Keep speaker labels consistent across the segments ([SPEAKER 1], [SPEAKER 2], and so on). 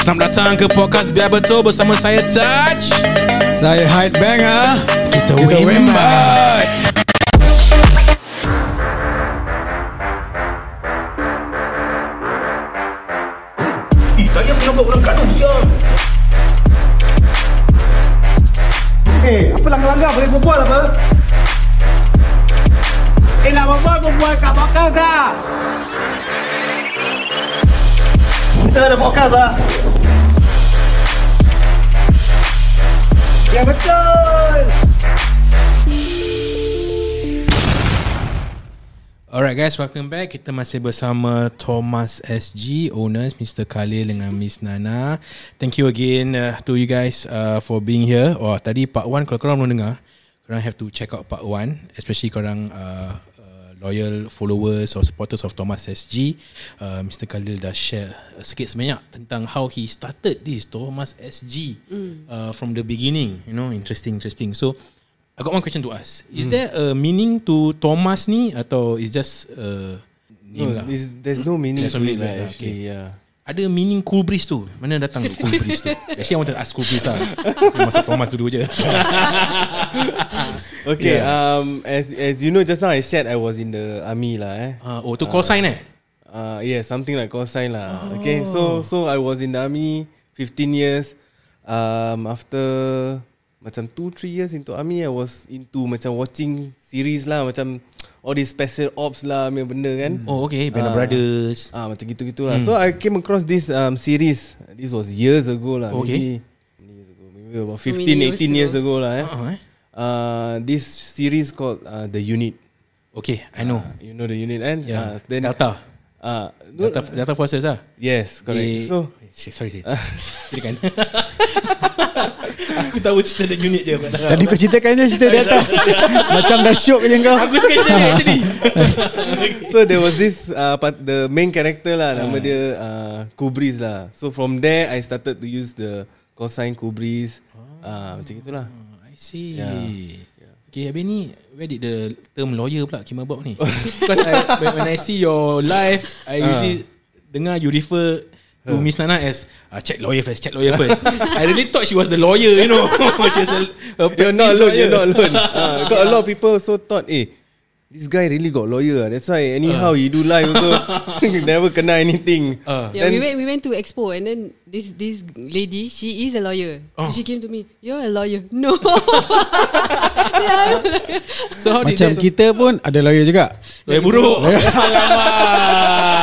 [SPEAKER 1] Selamat datang ke podcast Biar Betul bersama saya Touch
[SPEAKER 2] Saya Hyde
[SPEAKER 3] ah.
[SPEAKER 2] Banger
[SPEAKER 1] Kita lah.
[SPEAKER 2] Wimbat
[SPEAKER 4] Eh, apa langgar-langgar boleh berbual apa? Eh, nak berbual, berbual kat podcast lah. Kita ada podcast lah. Ya, betul.
[SPEAKER 1] Alright guys, welcome back Kita masih bersama Thomas SG Owners, Mr. Khalil dengan Miss Nana Thank you again uh, to you guys uh, for being here Wah, tadi part 1 kalau korang belum dengar Korang have to check out part 1 Especially korang uh, uh, loyal followers or supporters of Thomas SG uh, Mr. Khalil dah share uh, sikit sebanyak Tentang how he started this Thomas SG mm. uh, From the beginning You know, interesting, interesting So I got one question to ask.
[SPEAKER 3] Mm.
[SPEAKER 1] Is there a meaning to Thomas ni atau is just a name
[SPEAKER 3] No,
[SPEAKER 1] lah?
[SPEAKER 3] there's, there's no meaning
[SPEAKER 1] There's
[SPEAKER 3] to
[SPEAKER 1] no
[SPEAKER 3] it
[SPEAKER 1] meaning,
[SPEAKER 3] lah,
[SPEAKER 1] yeah,
[SPEAKER 3] actually. Yeah.
[SPEAKER 1] Ada meaning cool breeze tu. Mana datang tu cool breeze tu? Actually I wanted to ask cool breeze lah. Dia Masuk Thomas tu dulu je.
[SPEAKER 3] Okay. Um. As as you know, just now I shared I was in the army lah. Eh.
[SPEAKER 1] Uh, oh tu call sign eh?
[SPEAKER 3] Uh. Yeah. Something like call sign lah.
[SPEAKER 1] Oh.
[SPEAKER 3] Okay. So so I was in the army 15 years. Um. After macam 2 3 years into army I was into macam watching series lah macam all these special ops lah punya benda kan.
[SPEAKER 1] Oh okay, Band
[SPEAKER 3] Ah.
[SPEAKER 1] of Brothers. Hmm.
[SPEAKER 3] Ah macam gitu-gitu lah. So I came across this um, series. This was years ago lah.
[SPEAKER 1] Okay.
[SPEAKER 3] Maybe, years ago, maybe about
[SPEAKER 5] So many
[SPEAKER 3] 15,
[SPEAKER 5] years
[SPEAKER 3] 18 years ago lah. Eh.
[SPEAKER 1] Uh, eh?
[SPEAKER 3] Uh, this series called uh, The Unit.
[SPEAKER 1] Okay, I know.
[SPEAKER 3] You know The Unit, and
[SPEAKER 1] Yeah.
[SPEAKER 3] Uh, then
[SPEAKER 1] Delta.
[SPEAKER 3] Uh, no,
[SPEAKER 1] Delta, Delta Forces lah.
[SPEAKER 3] yes, correct.
[SPEAKER 1] They-
[SPEAKER 3] So
[SPEAKER 1] Shit, eh, sorry. sorry. Silakan. Aku tahu cerita the unit je. aku tak tahu.
[SPEAKER 2] Tadi kau ceritakan je cerita data Macam dah syok je kau
[SPEAKER 1] Aku suka cerita ni actually.
[SPEAKER 3] so there was this uh, part, the main character lah nama dia uh, Kubris lah. So from there I started to use the cosine Kubris. Ah uh, macam itulah.
[SPEAKER 1] Oh, I see.
[SPEAKER 3] Yeah.
[SPEAKER 1] Okay, habis ni where did the term lawyer pula came about ni? Because I, when, when I see your live, I uh. usually dengar you refer to uh. Miss Nana as uh, check lawyer first, check lawyer first. I really thought she was the lawyer, you know. She's a, a
[SPEAKER 3] You're
[SPEAKER 1] practice
[SPEAKER 3] not alone.
[SPEAKER 1] lawyer.
[SPEAKER 3] You're not alone. uh, because a lot of people also thought, eh, this guy really got lawyer. ah. That's why anyhow he do live also never kena anything.
[SPEAKER 1] Uh.
[SPEAKER 5] Yeah, we
[SPEAKER 3] Then-
[SPEAKER 5] went we went to expo and then this this lady she is a lawyer.
[SPEAKER 1] Oh.
[SPEAKER 5] She came to me. You're a lawyer. No,
[SPEAKER 1] So how did that?
[SPEAKER 2] Macam kita pun ada lawyer juga
[SPEAKER 1] Lawyer buruk.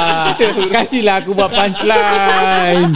[SPEAKER 2] Kasihlah aku buat punchline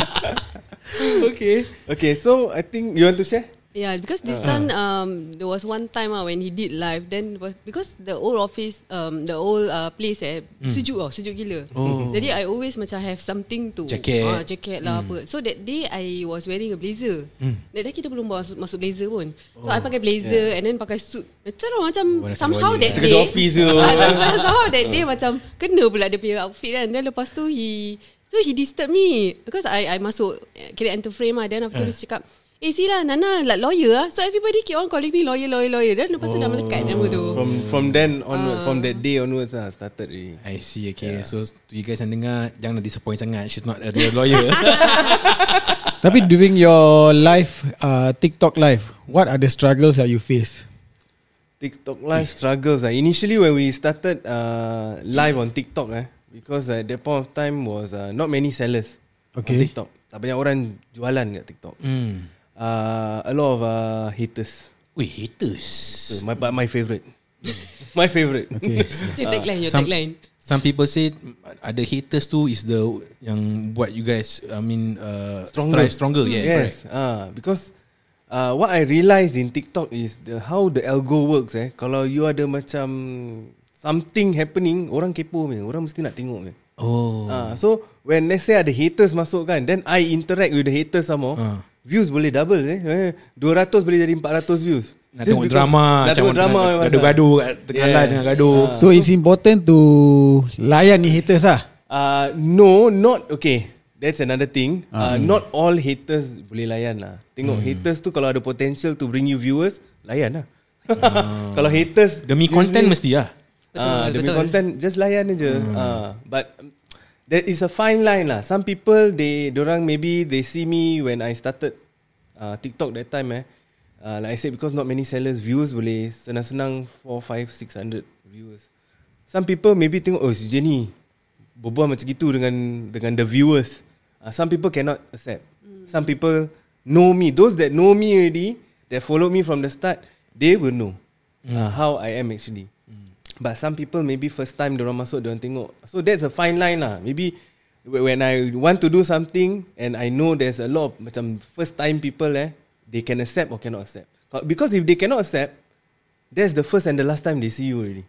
[SPEAKER 1] okay.
[SPEAKER 3] Okay, so I think you want to share.
[SPEAKER 5] yeah, because this
[SPEAKER 1] Uh-huh.
[SPEAKER 5] son um there was one time ah when he did live then was because the old office um the old uh, place eh sejuk oh sejuk gila.
[SPEAKER 1] Hmm. Oh.
[SPEAKER 5] Jadi I always macam have something to
[SPEAKER 1] Jacket. Hmm.
[SPEAKER 5] ah, jacket lah apa. So that day I was wearing a blazer. That day kita belum masuk, masuk blazer pun. So
[SPEAKER 1] Oh.
[SPEAKER 5] I pakai blazer and then pakai suit. Macam macam
[SPEAKER 1] Warna
[SPEAKER 5] somehow
[SPEAKER 1] keluarnya.
[SPEAKER 5] that
[SPEAKER 3] Cakap
[SPEAKER 5] day.
[SPEAKER 3] office tu.
[SPEAKER 5] Pasal somehow Ah, that day macam Kena pula dia punya outfit kan Then lepas tu he So he disturb me Because I I masuk eh, Kira enter frame lah Then after tu dia cakap Eh si lah Nana like lawyer lah So everybody keep on calling me lawyer lawyer lawyer Then lepas tu dah melekat nama tu
[SPEAKER 3] From from then onwards, from
[SPEAKER 5] Uh.
[SPEAKER 3] that day onwards, ah started really.
[SPEAKER 1] I see, okay. Yeah. So to you guys yang dengar, jangan disappoint sangat. She's not a real lawyer.
[SPEAKER 2] Tapi during your live uh, TikTok live What are the struggles that you face?
[SPEAKER 3] TikTok live struggles. ah. Initially when we started uh, live on TikTok, eh, because at that point of time was uh, not many sellers on
[SPEAKER 2] Okay.
[SPEAKER 3] TikTok. Tak banyak orang jualan kat TikTok.
[SPEAKER 1] hmm.
[SPEAKER 3] Uh, a lot of uh, haters.
[SPEAKER 1] Wih, haters.
[SPEAKER 3] So, my but my favorite. my favorite.
[SPEAKER 2] Okay.
[SPEAKER 5] Your tagline Your
[SPEAKER 1] Some-
[SPEAKER 5] tagline
[SPEAKER 1] Some people say mm, ada haters tu is the yang buat you guys I mean uh,
[SPEAKER 3] Stronger.
[SPEAKER 1] strive stronger
[SPEAKER 2] Hmm,
[SPEAKER 1] yeah correct.
[SPEAKER 3] yes. Ah, because uh, what I realised in TikTok is the how the algo works. Eh, kalau you ada macam something happening, orang kepo punya. Orang mesti nak tengok punya.
[SPEAKER 1] oh
[SPEAKER 3] Ah, so when let's say ada haters masuk kan, then I interact with the haters some more.
[SPEAKER 1] Ah.
[SPEAKER 3] Views boleh double eh. Eh, 200 boleh jadi 400 views.
[SPEAKER 1] nak
[SPEAKER 3] Just
[SPEAKER 1] tengok
[SPEAKER 3] because-
[SPEAKER 1] drama
[SPEAKER 3] Nak
[SPEAKER 1] macam
[SPEAKER 3] tengok drama.
[SPEAKER 1] nak-
[SPEAKER 3] pasal.
[SPEAKER 1] gaduh-gaduh kat tengah
[SPEAKER 3] Yes.
[SPEAKER 1] live tengah gaduh
[SPEAKER 2] So it's important to layan ni haters lah
[SPEAKER 3] Uh, no, not okay. That's another thing.
[SPEAKER 1] Ah.
[SPEAKER 3] Uh, Not all haters boleh layan lah. Tengok
[SPEAKER 1] Hmm.
[SPEAKER 3] haters tu kalau ada potential to bring you viewers, layan lah. kalau haters
[SPEAKER 1] demi Ah. content mesti lah
[SPEAKER 3] ah,
[SPEAKER 5] Betul, Hmm.
[SPEAKER 3] demi
[SPEAKER 5] betul.
[SPEAKER 3] content just layan aja. Ah, but there is a fine line lah. Some people they orang maybe they see me when I started uh, TikTok that time eh. Uh, like I said because not many sellers views boleh senang-senang 4 5 600 viewers. Some people maybe tengok oh si Jenny berbual macam gitu dengan dengan the viewers. Uh, some people cannot accept.
[SPEAKER 5] Hmm.
[SPEAKER 3] Mm. Some people know me. Those that know me already, that followed me from the start, they will know mm.
[SPEAKER 5] Hmm.
[SPEAKER 3] uh, how I am actually. Mm. But some people maybe first time orang masuk orang tengok. So that's a fine line lah. Maybe wh- when I want to do something and I know there's a lot of macam first time people eh, they can accept or cannot accept. But Because if they cannot accept, that's the first and the last time they see you already.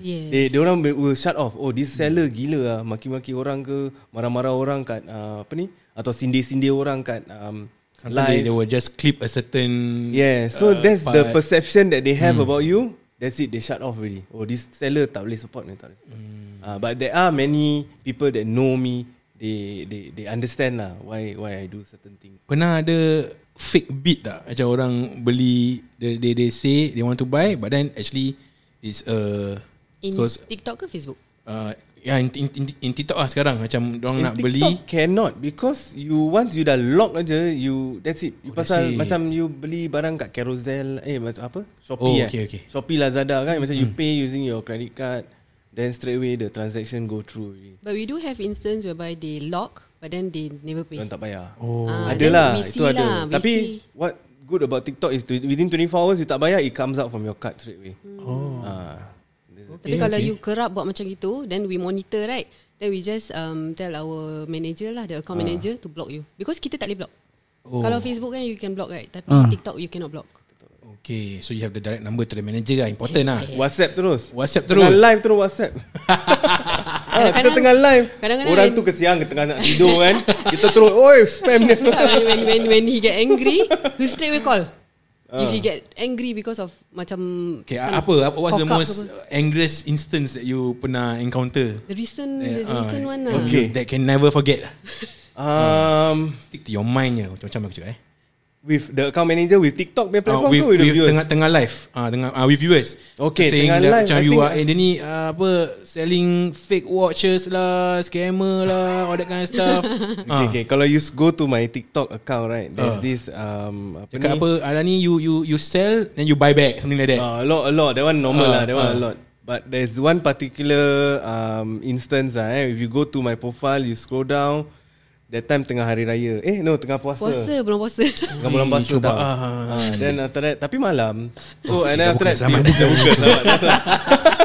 [SPEAKER 5] Yes.
[SPEAKER 3] They, they orang will will shut off. Oh, this seller gila lah. Maki-maki orang ke, marah-marah orang kat uh, apa ni? Atau sindir-sindir orang kat um,
[SPEAKER 1] Sometimes they,
[SPEAKER 3] live.
[SPEAKER 1] they will just clip a certain
[SPEAKER 3] Yeah, so uh, that's the
[SPEAKER 1] part.
[SPEAKER 3] perception that they have
[SPEAKER 1] Hmm.
[SPEAKER 3] about you. That's it. They shut off already. Oh, this seller tak boleh support ni, tak boleh support.
[SPEAKER 1] Hmm.
[SPEAKER 3] Uh, but there are many people that know me. They they they understand lah why why I do certain thing.
[SPEAKER 1] Pernah ada fake bid tak? Macam orang beli they, they, they say they want to buy but then actually it's a
[SPEAKER 5] In
[SPEAKER 1] because
[SPEAKER 5] TikTok ke Facebook?
[SPEAKER 1] uh, yeah, in, in, in, in TikTok lah sekarang macam orang
[SPEAKER 3] In
[SPEAKER 1] nak
[SPEAKER 3] TikTok
[SPEAKER 1] beli
[SPEAKER 3] cannot because you once you dah lock aja you that's it. You
[SPEAKER 1] Oh,
[SPEAKER 3] oh,
[SPEAKER 1] that's
[SPEAKER 3] pasal
[SPEAKER 1] it.
[SPEAKER 3] macam you beli barang kat Carousel eh macam apa?
[SPEAKER 1] Oh,
[SPEAKER 3] Shopee eh.
[SPEAKER 1] okay, okay. Hmm.
[SPEAKER 3] Shopee Lazada kan macam you pay using your credit card then straight away the transaction go through. already.
[SPEAKER 5] But we do have instance whereby they lock but then they never pay.
[SPEAKER 3] Orang tak payar.
[SPEAKER 1] Oh.
[SPEAKER 5] Ah,
[SPEAKER 3] ada
[SPEAKER 5] then
[SPEAKER 3] lah
[SPEAKER 5] we
[SPEAKER 3] itu
[SPEAKER 5] see
[SPEAKER 3] ada.
[SPEAKER 5] lah, we
[SPEAKER 3] Tapi
[SPEAKER 5] see.
[SPEAKER 3] what good about TikTok is to, within 24 hours you tak bayar it comes out from your card straight away.
[SPEAKER 5] Hmm.
[SPEAKER 1] Oh.
[SPEAKER 3] Ah.
[SPEAKER 5] Tapi
[SPEAKER 1] Okay,
[SPEAKER 5] kalau
[SPEAKER 1] okay.
[SPEAKER 5] you kerap buat macam gitu, then we monitor right. Then we just um, tell our manager lah,
[SPEAKER 3] Ah.
[SPEAKER 5] the account manager to block you. Because kita tak boleh block.
[SPEAKER 1] Oh.
[SPEAKER 5] Oh. Kalau Facebook kan you can block right. Tapi
[SPEAKER 3] Ah.
[SPEAKER 5] TikTok you cannot block.
[SPEAKER 1] Okay So you have the direct number to the manager lah Important lah
[SPEAKER 3] WhatsApp terus.
[SPEAKER 1] WhatsApp
[SPEAKER 3] Tengah
[SPEAKER 1] terus
[SPEAKER 3] live terus WhatsApp. Ah, kita tengah live.
[SPEAKER 5] kadang-kadang
[SPEAKER 3] Orang
[SPEAKER 5] when-
[SPEAKER 3] tu kesiang tengah nak tidur kan. Kita terus oi spam dia.
[SPEAKER 5] when, when, when, when he get angry, he straight away call.
[SPEAKER 3] Ah.
[SPEAKER 5] If he get angry because of macam
[SPEAKER 1] Okay
[SPEAKER 5] some
[SPEAKER 1] apa, apa What's the
[SPEAKER 5] cock up
[SPEAKER 1] most
[SPEAKER 5] ke apa.
[SPEAKER 1] Angriest instance That you pernah encounter
[SPEAKER 5] The recent,
[SPEAKER 1] Eh,
[SPEAKER 5] the
[SPEAKER 1] ah,
[SPEAKER 5] recent one lah.
[SPEAKER 1] you-
[SPEAKER 3] Okay.
[SPEAKER 1] That can never forget
[SPEAKER 3] Um
[SPEAKER 1] Stick to your mind je Macam-macam aku cakap eh
[SPEAKER 3] with the account manager with TikTok
[SPEAKER 1] Ah,
[SPEAKER 3] punya platform
[SPEAKER 1] with,
[SPEAKER 3] ke with the
[SPEAKER 1] with
[SPEAKER 3] viewers?
[SPEAKER 1] tengah tengah live ah tengah ah with viewers
[SPEAKER 3] Okay,
[SPEAKER 1] saying
[SPEAKER 3] tengah
[SPEAKER 1] that
[SPEAKER 3] live,
[SPEAKER 1] macam
[SPEAKER 3] I
[SPEAKER 1] you
[SPEAKER 3] think-
[SPEAKER 1] are eh, dia ni ah, apa selling fake watches lah scammer lah all that kind of stuff
[SPEAKER 3] Okay, okay. Kalau you go to my TikTok account right,
[SPEAKER 1] Ah.
[SPEAKER 3] there's this um apa
[SPEAKER 1] Cakap
[SPEAKER 3] ni?
[SPEAKER 1] apa Alah ni you you you sell Then you buy back Something like that
[SPEAKER 3] Uh, a lot, a lot. That one normal
[SPEAKER 1] Ah,
[SPEAKER 3] lah. That one
[SPEAKER 1] ah.
[SPEAKER 3] a lot. But there's one particular um, instance ah. Eh, if you go to my profile, you scroll down. That time tengah hari raya. Eh, no, tengah puasa.
[SPEAKER 5] Puasa, belum puasa.
[SPEAKER 3] Tengah bulan puasa
[SPEAKER 1] Cuba,
[SPEAKER 3] tau.
[SPEAKER 1] ah, ah,
[SPEAKER 3] Ah, Then after that, tapi malam. So
[SPEAKER 1] dah
[SPEAKER 3] and then after
[SPEAKER 1] buka
[SPEAKER 3] that,
[SPEAKER 1] selamat.
[SPEAKER 3] dia- dah buka selamat.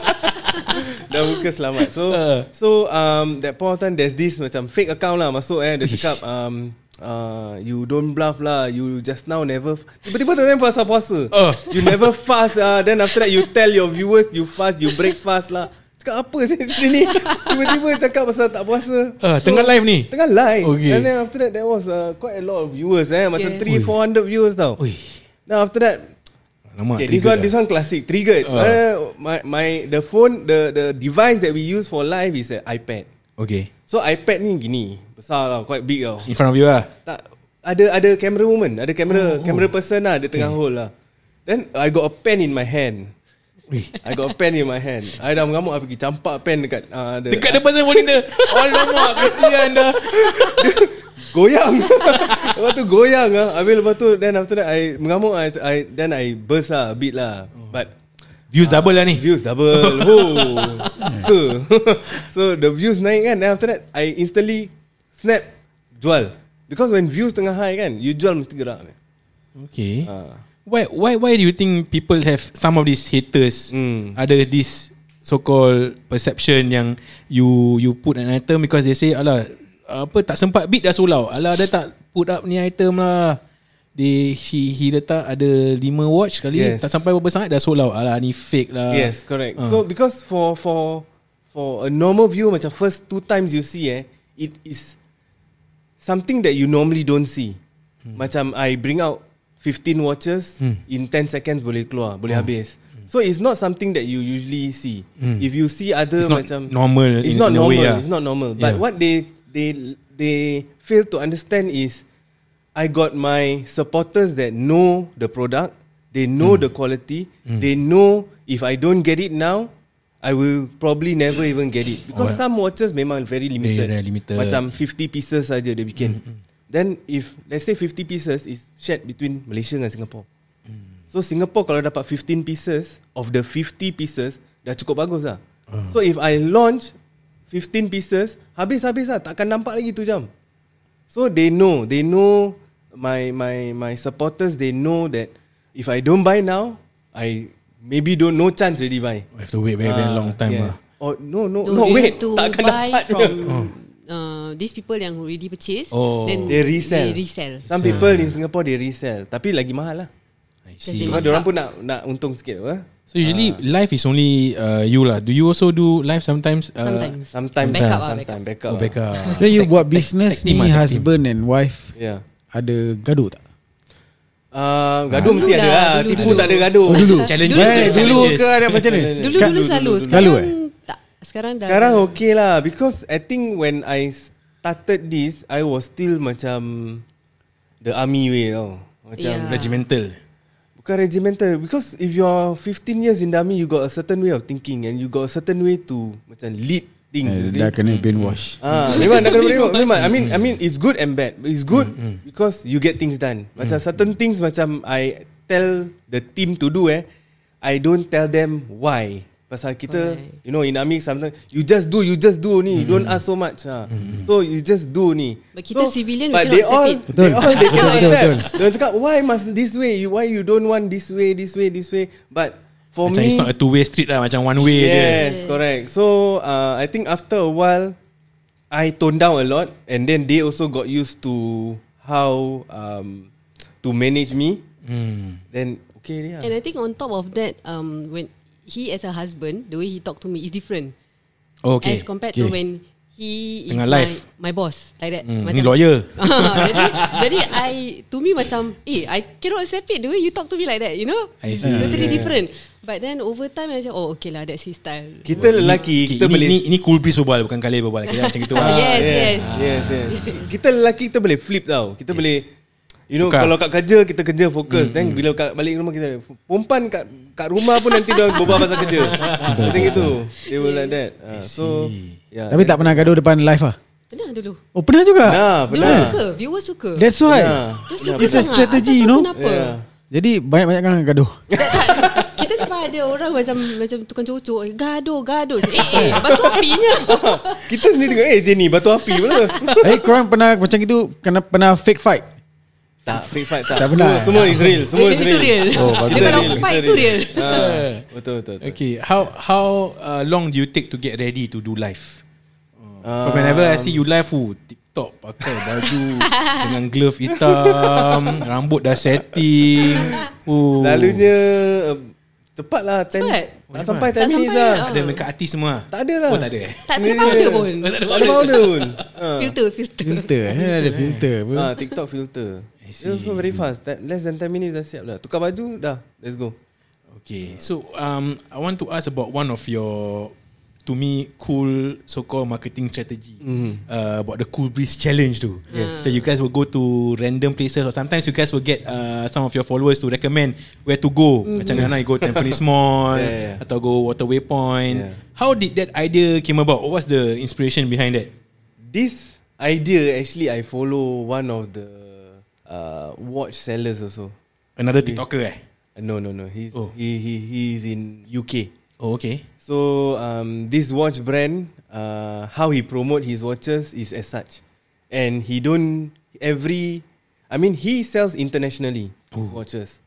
[SPEAKER 3] Dah buka selamat. So
[SPEAKER 1] Ah.
[SPEAKER 3] so um, that point of time, there's this macam fake account lah masuk eh. Dia cakap um, Uh, you don't bluff lah You just now never Tiba-tiba tu memang puasa-puasa
[SPEAKER 1] Ah.
[SPEAKER 3] You never fast lah Then after that you tell your viewers You fast, you break fast lah Cakap apa sih sini ni Tiba-tiba cakap pasal tak puasa
[SPEAKER 1] Ah, tengah live ni?
[SPEAKER 3] Tengah live
[SPEAKER 1] Okay.
[SPEAKER 3] And then after that There was uh, quite a lot of viewers eh Macam
[SPEAKER 5] Yes.
[SPEAKER 3] 3-400 viewers tau
[SPEAKER 1] Ui
[SPEAKER 3] Now after that,
[SPEAKER 1] Alamak
[SPEAKER 3] okay, this
[SPEAKER 1] trigger
[SPEAKER 3] one this one classic triggered.
[SPEAKER 1] Ah.
[SPEAKER 3] Uh, my my the phone the the device that we use for live is an iPad.
[SPEAKER 1] Okay
[SPEAKER 3] So iPad ni gini besar lah, quite big tau.
[SPEAKER 1] In front of you lah
[SPEAKER 3] Tak ada ada camera woman, ada camera oh, camera person lah, dia tengah hold lah. Then I got a pen in my hand.
[SPEAKER 1] Ui
[SPEAKER 3] I got a pen in my hand. I dah mengamuk I pergi campak pen dekat uh, the,
[SPEAKER 1] Dekat depan saya monitor Alamak Kesian dah
[SPEAKER 3] goyang. lepas tu goyang ah. Habis lepas tu then after that I mengamuk I, I then I burst lah a bit lah. But
[SPEAKER 1] Views double lah ni
[SPEAKER 3] Views double Oh Ke So the views naik kan Then after that I instantly Snap Jual Because when views tengah high kan You jual mesti gerak ni.
[SPEAKER 1] Okay
[SPEAKER 3] Ah.
[SPEAKER 1] Why why why do you think people have some of these haters
[SPEAKER 3] Mm.
[SPEAKER 1] ada this so called perception yang you you put an item because they say alah apa tak sempat bid dah solau. Alah dia tak put up ni item lah. They he he letak ada 5 watch kali yes.
[SPEAKER 3] Yes.
[SPEAKER 1] tak sampai berapa sangat dah solau. Alah ni fake lah. Ah.
[SPEAKER 3] Yes correct So because for for For a normal view Macam first two times you see eh It is Something that you normally don't see
[SPEAKER 1] Hmm.
[SPEAKER 3] Macam I bring out 15 watches In 10 seconds boleh keluar Boleh
[SPEAKER 1] Hmm.
[SPEAKER 3] habis So it's not something that you usually see If you see other
[SPEAKER 1] It's not
[SPEAKER 3] macam
[SPEAKER 1] normal in-
[SPEAKER 3] It's not
[SPEAKER 1] in a
[SPEAKER 3] normal.
[SPEAKER 1] way, ah.
[SPEAKER 3] It's not normal. But
[SPEAKER 1] Yeah.
[SPEAKER 3] what they they they fail to understand is, I got my supporters that know the product. They know the quality. They know if I don't get it now, I will probably never even get it because some watches memang very limited.
[SPEAKER 1] Very limited.
[SPEAKER 3] Macam 50 pieces saja dia bikin. Then if let's say 50 pieces is shared between Malaysia and Singapore. So Singapore kalau dapat 15 pieces of the 50 pieces dah cukup bagus lah. So if I launch 15 pieces habis-habis lah takkan nampak lagi tu jam. So they know, they know my my my supporters. They know that if I don't buy now, I maybe don't no chance really buy.
[SPEAKER 1] I have to wait very very
[SPEAKER 3] Ah,
[SPEAKER 1] long time lah.
[SPEAKER 3] Oh no no
[SPEAKER 5] So
[SPEAKER 3] no
[SPEAKER 5] they
[SPEAKER 3] wait
[SPEAKER 5] have to
[SPEAKER 3] takkan
[SPEAKER 5] buy
[SPEAKER 3] dapat. Oh.
[SPEAKER 5] from uh, these people yang already purchase.
[SPEAKER 1] Oh.
[SPEAKER 5] Then
[SPEAKER 3] They resell.
[SPEAKER 5] They resell.
[SPEAKER 3] Some people in Singapore they resell, tapi lagi mahal lah.
[SPEAKER 1] I see.
[SPEAKER 5] They
[SPEAKER 3] Cuma
[SPEAKER 5] mark
[SPEAKER 3] orang
[SPEAKER 5] up.
[SPEAKER 3] pun nak nak untung sikit apa.
[SPEAKER 1] So usually
[SPEAKER 3] Ah.
[SPEAKER 1] live is only uh, you lah. Do you also do live sometimes? Uh,
[SPEAKER 5] Sometimes.
[SPEAKER 3] Sometimes
[SPEAKER 5] Backup lah,
[SPEAKER 3] sometimes backup.
[SPEAKER 1] Oh,
[SPEAKER 3] lah.
[SPEAKER 1] Becca.
[SPEAKER 2] So you buat business
[SPEAKER 1] tag team ah, tag
[SPEAKER 2] ni
[SPEAKER 1] team.
[SPEAKER 2] husband and wife
[SPEAKER 3] ah. Yeah.
[SPEAKER 2] ada gaduh tak?
[SPEAKER 3] Uh, gaduh mesti ada
[SPEAKER 5] Dulu lah,
[SPEAKER 3] lah.
[SPEAKER 5] dulu,
[SPEAKER 3] Tipu
[SPEAKER 5] dulu.
[SPEAKER 3] tak ada gaduh.
[SPEAKER 2] Oh, dulu.
[SPEAKER 1] Challenges.
[SPEAKER 2] Eh,
[SPEAKER 1] challenges.
[SPEAKER 2] dulu ke ada macam ni?
[SPEAKER 5] Dulu dulu selalu.
[SPEAKER 2] Selalu
[SPEAKER 5] Sekarang
[SPEAKER 2] eh?
[SPEAKER 5] tak. Sekarang dah.
[SPEAKER 3] Sekarang okay lah Because I think when I started this I was still macam The army way tau Macam
[SPEAKER 5] Yeah.
[SPEAKER 3] yeah.
[SPEAKER 1] Regimental.
[SPEAKER 3] Bukan regimental Because if you're 15 years in the army You got a certain way of thinking And you got a certain way to Macam lead things you
[SPEAKER 2] Eh,
[SPEAKER 3] see.
[SPEAKER 2] dah kena brainwash.
[SPEAKER 3] Ah, memang dah kena tengok. Memang I mean I mean it's good and bad. It's good
[SPEAKER 1] Mm,
[SPEAKER 3] because you get things done. Macam certain things macam I tell the team to do eh, I don't tell them why. Pasal kita
[SPEAKER 5] Correct.
[SPEAKER 3] you know in army sometimes you just do you just do ni. You
[SPEAKER 1] Mm,
[SPEAKER 3] don't ask so much ah. So you just do ni.
[SPEAKER 5] But
[SPEAKER 3] so,
[SPEAKER 5] kita civilian, we
[SPEAKER 3] but
[SPEAKER 5] cannot
[SPEAKER 3] they
[SPEAKER 5] accept
[SPEAKER 3] all,
[SPEAKER 5] it.
[SPEAKER 2] Betul.
[SPEAKER 3] They all they cannot
[SPEAKER 2] Betul,
[SPEAKER 3] accept.
[SPEAKER 2] betul.
[SPEAKER 3] Dia orang cakap why must this way? You why you don't want this way, this way, this way. But for
[SPEAKER 1] Macam
[SPEAKER 3] me
[SPEAKER 1] it's not a two way street lah. Macam one way je.
[SPEAKER 3] Yes, correct. So uh, I think after a while, I toned down a lot, and then they also got used to how um, to manage me.
[SPEAKER 1] Hmm.
[SPEAKER 3] Then okay, yeah.
[SPEAKER 5] And I think on top of that, um, when he as a husband, the way he talk to me is different
[SPEAKER 1] Okay.
[SPEAKER 5] as compared
[SPEAKER 1] okay.
[SPEAKER 5] to when he is
[SPEAKER 1] Tengah
[SPEAKER 5] my,
[SPEAKER 1] live.
[SPEAKER 5] my boss like that.
[SPEAKER 1] Hmm. Ni lawyer.
[SPEAKER 5] jadi, jadi I to me macam eh I cannot accept it the way you talk to me like that you know
[SPEAKER 1] I
[SPEAKER 5] it's
[SPEAKER 1] see.
[SPEAKER 5] totally different but then over time I say oh okay lah that's his style
[SPEAKER 3] Kita lelaki, kita
[SPEAKER 1] ini,
[SPEAKER 3] boleh.
[SPEAKER 1] ini, ini cool breeze berbual bukan kali berbual kita macam gitu lah.
[SPEAKER 5] Ah, yes, yes.
[SPEAKER 3] yes, yes. Kita lelaki kita boleh flip tau. Kita yes. boleh You know
[SPEAKER 1] Tukar.
[SPEAKER 3] Tukar. kalau kat kerja kita kerja fokus mm, then bila kat balik rumah kita perempuan kat kat rumah pun nanti dia berbual pasal kerja. Macam itu. They will like that. Ah, so yeah.
[SPEAKER 2] Tapi tak pernah gaduh depan live ah.
[SPEAKER 5] pernah dulu
[SPEAKER 2] Oh pernah juga.
[SPEAKER 3] Nah,
[SPEAKER 5] dia orang
[SPEAKER 3] pernah.
[SPEAKER 5] suka viewers suka
[SPEAKER 2] That's why.
[SPEAKER 3] Pernah.
[SPEAKER 5] Dia suka
[SPEAKER 2] It's a
[SPEAKER 5] sangat. Tak
[SPEAKER 2] strategy, you know.
[SPEAKER 5] tahu kenapa
[SPEAKER 3] Yeah.
[SPEAKER 2] Jadi banyak-banyak kan gaduh.
[SPEAKER 5] kita sebab ada orang macam macam tukang cocok gaduh gaduh eh eh batu apinya
[SPEAKER 3] Kita sendiri tengok Eh dia ni batu api pula
[SPEAKER 2] Eh korang pernah macam gitu kena pernah fake fight?
[SPEAKER 3] Tak fake fight tak,
[SPEAKER 2] Tak pernah.
[SPEAKER 3] Semua, semua is real Semua is real
[SPEAKER 5] itu real
[SPEAKER 2] Oh, bagus.
[SPEAKER 5] dia
[SPEAKER 3] Kita
[SPEAKER 5] kalau
[SPEAKER 3] real,
[SPEAKER 5] fight
[SPEAKER 3] kita
[SPEAKER 5] tu real
[SPEAKER 3] Ah, Betul betul, betul.
[SPEAKER 1] Okay, how how uh, long do you take to get ready to do live? Um, whenever I see you live, who TikTok pakai baju dengan glove hitam, Um, rambut dah setting. Oh.
[SPEAKER 3] Selalunya uh, Cepat lah ten,
[SPEAKER 5] Cepat.
[SPEAKER 3] Tak sampai 10
[SPEAKER 5] Tak
[SPEAKER 3] minutes
[SPEAKER 5] sampai
[SPEAKER 3] lah
[SPEAKER 5] lah.
[SPEAKER 1] ada makeup artist semua.
[SPEAKER 3] Tak ada lah
[SPEAKER 1] Oh, tak ada eh?
[SPEAKER 5] tak ada powder pun
[SPEAKER 3] Tak ada powder pun Ah.
[SPEAKER 5] filter filter
[SPEAKER 2] Filter eh ada filter. apa.
[SPEAKER 3] Ah, TikTok filter It's also very fast That- Less than 10 minutes dah siap dah Tukar baju dah Let's go
[SPEAKER 1] Okay, so um, I want to ask about one of your to me cool so-called marketing strategy mm. uh, about the cool breeze challenge too. Yes. So you guys will go to random places or sometimes you guys will get uh, some of your followers to recommend where to go. Mm. Macam Nana you go Tampines Mall
[SPEAKER 3] Yeah, yeah, yeah.
[SPEAKER 1] atau go Waterway Point.
[SPEAKER 3] Yeah.
[SPEAKER 1] How did that idea came about? What's the inspiration behind that?
[SPEAKER 3] This idea Actually I follow One of the uh, Watch sellers also
[SPEAKER 1] Another TikToker eh?
[SPEAKER 3] Uh, No no no He's,
[SPEAKER 1] Oh.
[SPEAKER 3] He he He's in UK
[SPEAKER 1] Oh okay.
[SPEAKER 3] So um, this watch brand, uh, how he promote his watches is as such, and he don't every, I mean he sells internationally his
[SPEAKER 1] Oh.
[SPEAKER 3] watches,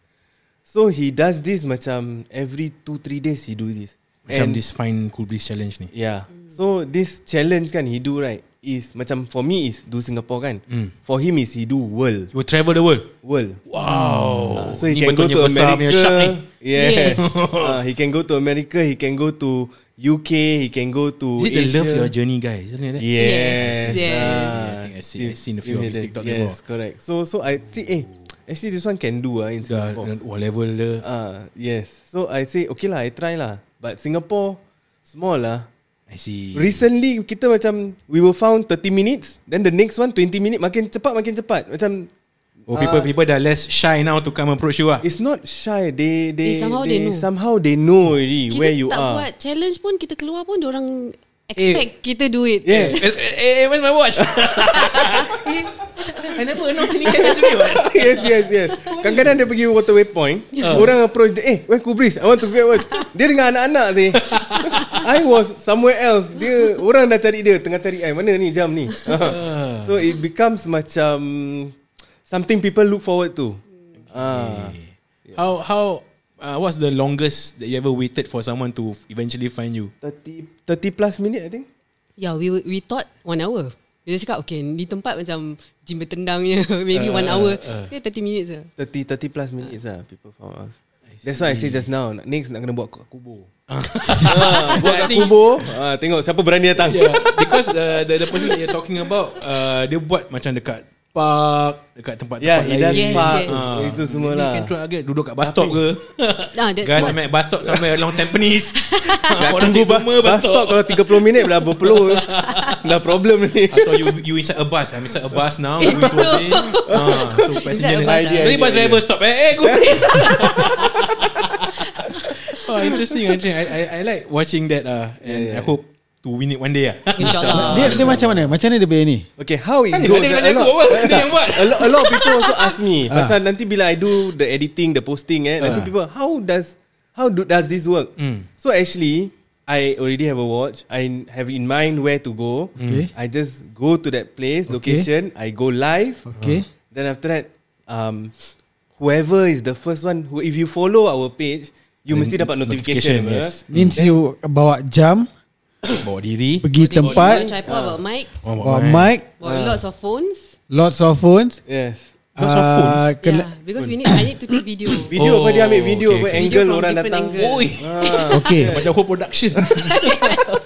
[SPEAKER 3] so he does this macam every two three days he do this.
[SPEAKER 1] Macam
[SPEAKER 3] And-
[SPEAKER 1] this fine cool breeze challenge ni.
[SPEAKER 3] Yeah. So this challenge kan he do right is macam for me is do Singapore kan,
[SPEAKER 1] Mm.
[SPEAKER 3] for him is he do world
[SPEAKER 1] You will travel the world.
[SPEAKER 3] world.
[SPEAKER 1] Wow.
[SPEAKER 3] Ah, So
[SPEAKER 1] Ni
[SPEAKER 3] he can go
[SPEAKER 1] bentuknya
[SPEAKER 3] to
[SPEAKER 1] besar punya
[SPEAKER 3] America.
[SPEAKER 1] shark ni.
[SPEAKER 3] Yes.
[SPEAKER 5] Yes.
[SPEAKER 3] uh, he can go to America. He can go to UK. He can go to.
[SPEAKER 1] Is it the
[SPEAKER 3] Asia.
[SPEAKER 1] love your journey guys? Isn't it that?
[SPEAKER 3] Yes. Ah.
[SPEAKER 5] Yes, yes.
[SPEAKER 1] I think I see- I seen a few
[SPEAKER 3] You
[SPEAKER 1] of
[SPEAKER 3] hear
[SPEAKER 1] his
[SPEAKER 3] that?
[SPEAKER 1] TikTok
[SPEAKER 3] Yes,
[SPEAKER 1] before.
[SPEAKER 3] correct. So so I think eh actually this one can do ah in
[SPEAKER 1] Dah
[SPEAKER 3] Singapore.
[SPEAKER 1] oh. level dia.
[SPEAKER 3] Ah yes. So I say okay lah I try lah. But Singapore small lah.
[SPEAKER 1] I see.
[SPEAKER 3] Recently kita macam we were found 30 minutes then the next one 20 minutes makin cepat makin cepat. Macam
[SPEAKER 1] Oh, people uh, people dah less shy now to come approach you ah.
[SPEAKER 3] It's not shy. They they,
[SPEAKER 5] Eh, somehow they know.
[SPEAKER 3] somehow they know already
[SPEAKER 5] Kita
[SPEAKER 3] where you
[SPEAKER 5] tak
[SPEAKER 3] are.
[SPEAKER 5] buat challenge pun Kita keluar pun orang Expect eh. kita do it
[SPEAKER 1] Eh, eh, eh, eh, where's my watch? Eh, I never announce any challenge today. what?
[SPEAKER 3] yes, yes, yes. Kadang-kadang dia pergi waterway point, uh. orang approach dia, eh, where Kubris? I want to get watch. Dia dengan anak-anak sih. I was somewhere else. Dia orang dah cari dia, tengah cari I. Mana ni jam ni? so it becomes macam something people look forward to. Ah.
[SPEAKER 1] How how uh, what's the longest that you ever waited for someone to f- eventually find you?
[SPEAKER 3] 30 30 plus minute I think.
[SPEAKER 5] Yeah, Ya, we were- we thought one hour. Dia cakap, okay, ni tempat macam gym bertendangnya, maybe uh, one hour. Uh, uh. 30 minutes je.
[SPEAKER 3] 30 30 plus minutes lah people found us. That's why I say just now Next nak kena buat kat kubur ah, Buat kat kubur ah, Tengok siapa berani datang
[SPEAKER 1] Yeah, because the, the the person that you're talking about, uh, dia buat macam dekat park, dekat tempat-tempat
[SPEAKER 3] Yeah, he
[SPEAKER 1] lain.
[SPEAKER 3] does
[SPEAKER 5] Yes,
[SPEAKER 3] park
[SPEAKER 5] yes.
[SPEAKER 3] ah, Itu semua
[SPEAKER 1] You
[SPEAKER 3] lah
[SPEAKER 1] can try again Duduk kat bus stop ke
[SPEAKER 5] Ah, that's
[SPEAKER 1] Guys
[SPEAKER 5] what,
[SPEAKER 1] met bus stop Somewhere along Tampines Orang
[SPEAKER 3] Tunggu
[SPEAKER 1] semua
[SPEAKER 3] bus, bus stop kalau 30 minit dah berpeluh dah problem ni.
[SPEAKER 1] Atau you you inside a bus I'm inside a bus now Going to a thing Ah, So passenger
[SPEAKER 5] Inside a
[SPEAKER 1] dengan
[SPEAKER 5] bus,
[SPEAKER 1] idea
[SPEAKER 5] ah.
[SPEAKER 1] Jadi bus driver stop Eh eh go please Oh interesting actually. I, I, I like watching that uh, And
[SPEAKER 3] Yeah, yeah.
[SPEAKER 1] I hope To win it one day ah.
[SPEAKER 5] InsyaAllah.
[SPEAKER 2] Dia, dia macam mana? Macam mana dia bayar ni?
[SPEAKER 3] Okay, how it
[SPEAKER 1] Kan dia
[SPEAKER 3] goes.
[SPEAKER 1] tanya aku apa Dia yang buat Ah.
[SPEAKER 3] a lot, a lot of people also ask me pasal nanti bila I do the editing, the posting, eh, nanti people how does how do, does this work?
[SPEAKER 1] Hmm.
[SPEAKER 3] So actually, I already have a watch. I have in mind where to go.
[SPEAKER 1] Hmm.
[SPEAKER 2] Okay.
[SPEAKER 3] I just go to that place, location. I go live.
[SPEAKER 2] Okay.
[SPEAKER 3] Then after that, um, whoever is the first one, who, if you follow our page, you mesti dapat notification.
[SPEAKER 1] notification, yes.
[SPEAKER 3] apa.
[SPEAKER 2] Means you bawa jam,
[SPEAKER 1] Bawa diri
[SPEAKER 2] pergi
[SPEAKER 5] Bawa
[SPEAKER 2] tempat,
[SPEAKER 5] tripod, bawa mic,
[SPEAKER 2] bawa mic,
[SPEAKER 5] bawa lots of phones.
[SPEAKER 2] lots of phones.
[SPEAKER 3] Yes.
[SPEAKER 1] Lots of phones?
[SPEAKER 2] ah,
[SPEAKER 5] Yeah,
[SPEAKER 2] kena-
[SPEAKER 5] because we need, I need to take video.
[SPEAKER 1] Oh,
[SPEAKER 3] Video apa dia ambil video
[SPEAKER 1] okay,
[SPEAKER 3] apa
[SPEAKER 1] okay.
[SPEAKER 5] Video
[SPEAKER 3] angle
[SPEAKER 5] from
[SPEAKER 3] orang
[SPEAKER 5] different
[SPEAKER 3] datang.
[SPEAKER 5] angle.
[SPEAKER 1] Oi
[SPEAKER 2] Okay.
[SPEAKER 1] Macam whole production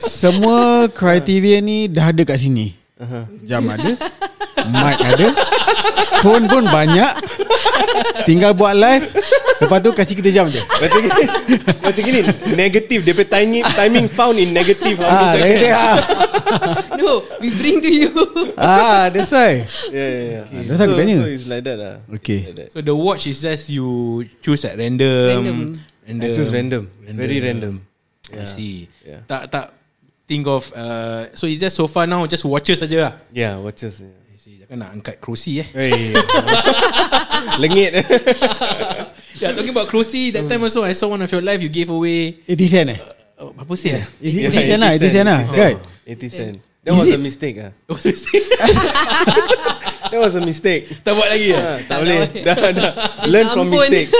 [SPEAKER 2] Semua kriteria ni dah ada kat sini. Jam ada, mic ada, phone pun banyak. Tinggal buat live, lepas tu kasih kita jam je.
[SPEAKER 3] Macam gini, macam gini negative dia punya timing, timing found in negative how many
[SPEAKER 2] Ah,
[SPEAKER 3] second.
[SPEAKER 2] like that, ah.
[SPEAKER 5] no, we bring to you.
[SPEAKER 2] ah, that's why.
[SPEAKER 3] Yeah, yeah, yeah.
[SPEAKER 2] That's Ah, aku
[SPEAKER 3] So-
[SPEAKER 2] tanya.
[SPEAKER 3] So it's like that lah.
[SPEAKER 2] Okay.
[SPEAKER 1] So the watch is just you choose at random.
[SPEAKER 3] I choose random. Very random.
[SPEAKER 1] Yeah. I see.
[SPEAKER 3] Yeah.
[SPEAKER 1] Tak tak think of uh, so it's just so far now just watches saja lah.
[SPEAKER 3] Yeah, watches. Yeah.
[SPEAKER 1] I see. Jangan nak angkat kerusi eh.
[SPEAKER 3] Hey. Lengit.
[SPEAKER 1] yeah, talking about kerusi, that time also I saw one of your live you gave away
[SPEAKER 2] 80 cent eh?
[SPEAKER 1] uh, apa sih? Yeah.
[SPEAKER 2] 80 cent lah, 80 cent lah. Kan?
[SPEAKER 3] 80 cent. That
[SPEAKER 2] Is
[SPEAKER 3] was a
[SPEAKER 2] it?
[SPEAKER 3] mistake ah.
[SPEAKER 1] Oh, so sih.
[SPEAKER 3] That was a mistake.
[SPEAKER 1] tak buat lagi ya.
[SPEAKER 3] Ah, tak boleh. Dah, dah. Learn from
[SPEAKER 5] Ampun.
[SPEAKER 3] mistakes.